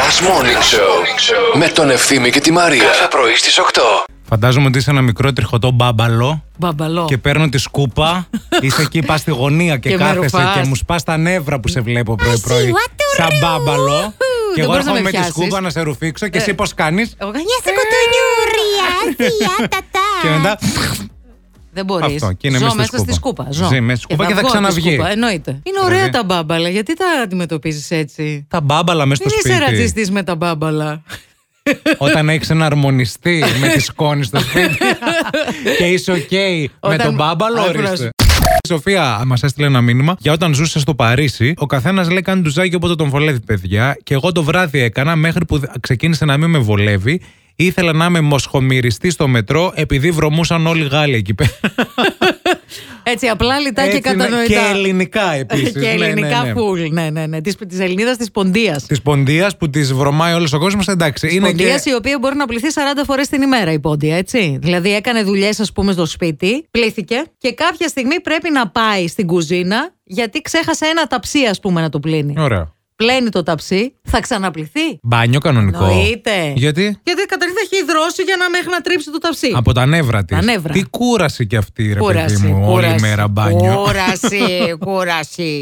Last Morning Show με τον Ευθύμη και τη Μαρία. Κάθε πρωί στις 8. Φαντάζομαι ότι είσαι ένα μικρό τριχωτό μπάμπαλο Μπαμπαλό. και παίρνω τη σκούπα. είσαι εκεί, πας στη γωνία και, Και με κάθεσαι ρουφάς. και μου σπάς τα νεύρα που σε βλέπω Αζί, πρωί-πρωί. what the Σαν real. μπάμπαλο. Και Δεν εγώ μπορείς να έρχομαι με με τη πιάσεις. Ε. σκούπα να σε ρουφήξω και εσύ πώς κάνεις. Εγώ κάνω, «Γεια σου, Ε, κοτονιούρια, θεία, τατά». Και μετά. Δεν μπορείς. Αυτό, και είναι Ζω μέσα στη μέσα στη σκούπα. σκούπα. Ζω. Ζει μέσα στη σκούπα και θα βγω από τη ξαναβγεί. σκούπα, Εννοείται. Είναι Δηλαδή. ωραία τα μπάμπαλα. Γιατί τα αντιμετωπίζεις έτσι. Τα μπάμπαλα μέσα Δεν στο είσαι σπίτι. ρατσιστής με τα μπάμπαλα. Όταν έχεις εναρμονιστεί με τη σκόνη στο σπίτι και είσαι οκ με Όταν- τον μπάμπαλο, Άκου να ορίστε. σου- Η Σοφία μας έστειλε ένα μήνυμα για όταν ζούσε στο Παρίσι. Ο καθένας λέει: Κάνει τουζάκι όποτε τον βολεύει, παιδιά. Και εγώ το βράδυ έκανα μέχρι που ξεκίνησε να μην με βολεύει. Ήθελα να είμαι μοσχομυριστής στο μετρό επειδή βρωμούσαν όλοι οι Γάλλοι εκεί πέρα. Έτσι απλά λιτά και Έτσι είναι. κατανοητά. Και ελληνικά ναι, επίσης. και ελληνικά φουλ. Ναι, ναι, ναι. Της Ελληνίδας της Ποντίας. Της ποντίας που της βρωμάει όλος ο κόσμος, εντάξει. Είναι Ποντίας Λοιπόν, και... η οποία μπορεί να πληθεί 40 φορές την ημέρα η πόντια, έτσι. Δηλαδή έκανε δουλειές, ας πούμε, στο σπίτι, πλήθηκε και κάποια στιγμή πρέπει να πάει στην κουζίνα γιατί ξέχασε ένα ταψί, ας πούμε, να το πλύνει. Ωραία. Πλένει το ταψί, θα ξαναπληθεί. Μπάνιο κανονικό. Εννοείται. Γιατί? Γιατί καταρχήν θα έχει υδρώσει για να μέχρι να τρίψει το ταψί. Από τα νεύρα της. Τα νεύρα. Τι κούραση κι αυτή, ρε παιδί μου, όλη μέρα μπάνιο. Κούραση, κούραση.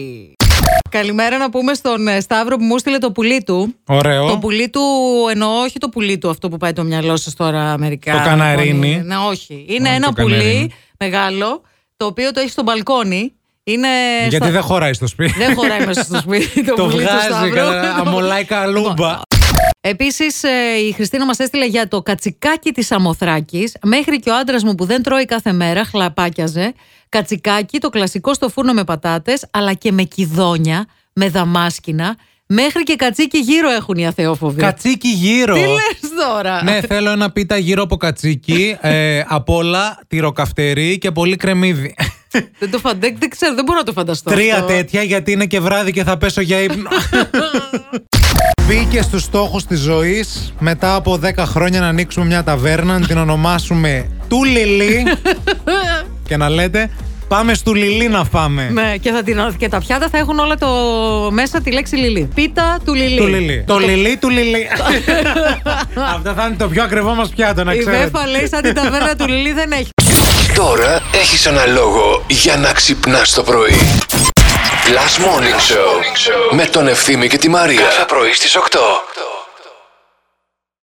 Καλημέρα να πούμε στον ε, Σταύρο που μου στείλε το πουλί του. Ωραίο. Το πουλί του, εννοώ όχι το πουλί του αυτό που πάει το μυαλό σας τώρα μερικά. Το καναρίνι. Ναι, όχι. Είναι Όχι, ένα το πουλί καναρίνι. μεγάλο, το οποίο το έχει στο μπαλκόνι. Είναι Γιατί στα- δεν χωράει στο σπίτι. δεν χωράει μέσα στο σπίτι. Το, το πουλί του βγάζει, Σταύρου. καλά, αμολάει καλούμπα. Επίσης, ε, η Χριστίνα μας έστειλε για το κατσικάκι της Αμοθράκης. Μέχρι και ο άντρας μου που δεν τρώει κάθε μέρα, χλαπάκιαζε. Κατσικάκι, το κλασικό στο φούρνο με πατάτες, αλλά και με κιδόνια, με δαμάσκινα. Μέχρι και κατσίκι γύρω έχουν οι αθεόφοβοι. Κατσίκι γύρω. Τι λες τώρα. Ναι, θέλω ένα πίτα γύρω από κατσίκι, ε, απ' όλα, τυροκαυτερή και πολύ κρεμμύδι. Δεν, το φαν- δεν, δεν ξέρω, δεν μπορώ να το φανταστώ. Τρία αυτό. τέτοια γιατί είναι και βράδυ και θα πέσω για ύπνο. Μπήκε στους στόχους της ζωής μετά από 10 χρόνια να ανοίξουμε μια ταβέρνα, να την ονομάσουμε Του Λιλί και να λέτε πάμε στο Λιλί να φάμε. Ναι, και, θα την, και τα πιάτα θα έχουν όλα το, μέσα τη λέξη λιλί. Πίτα του λιλί. Του Λιλί. Το Λιλί του Λιλί. Αυτό θα είναι το πιο ακριβό μας πιάτο να Η ξέρετε. Βέφα λέει σαν την ταβέρνα του λιλί δεν έχει. Τώρα έχεις ένα λόγο για να ξυπνάς το πρωί. Last Morning Show με τον Ευθύμη και τη Μαρία. Κάθε πρωί στις 8.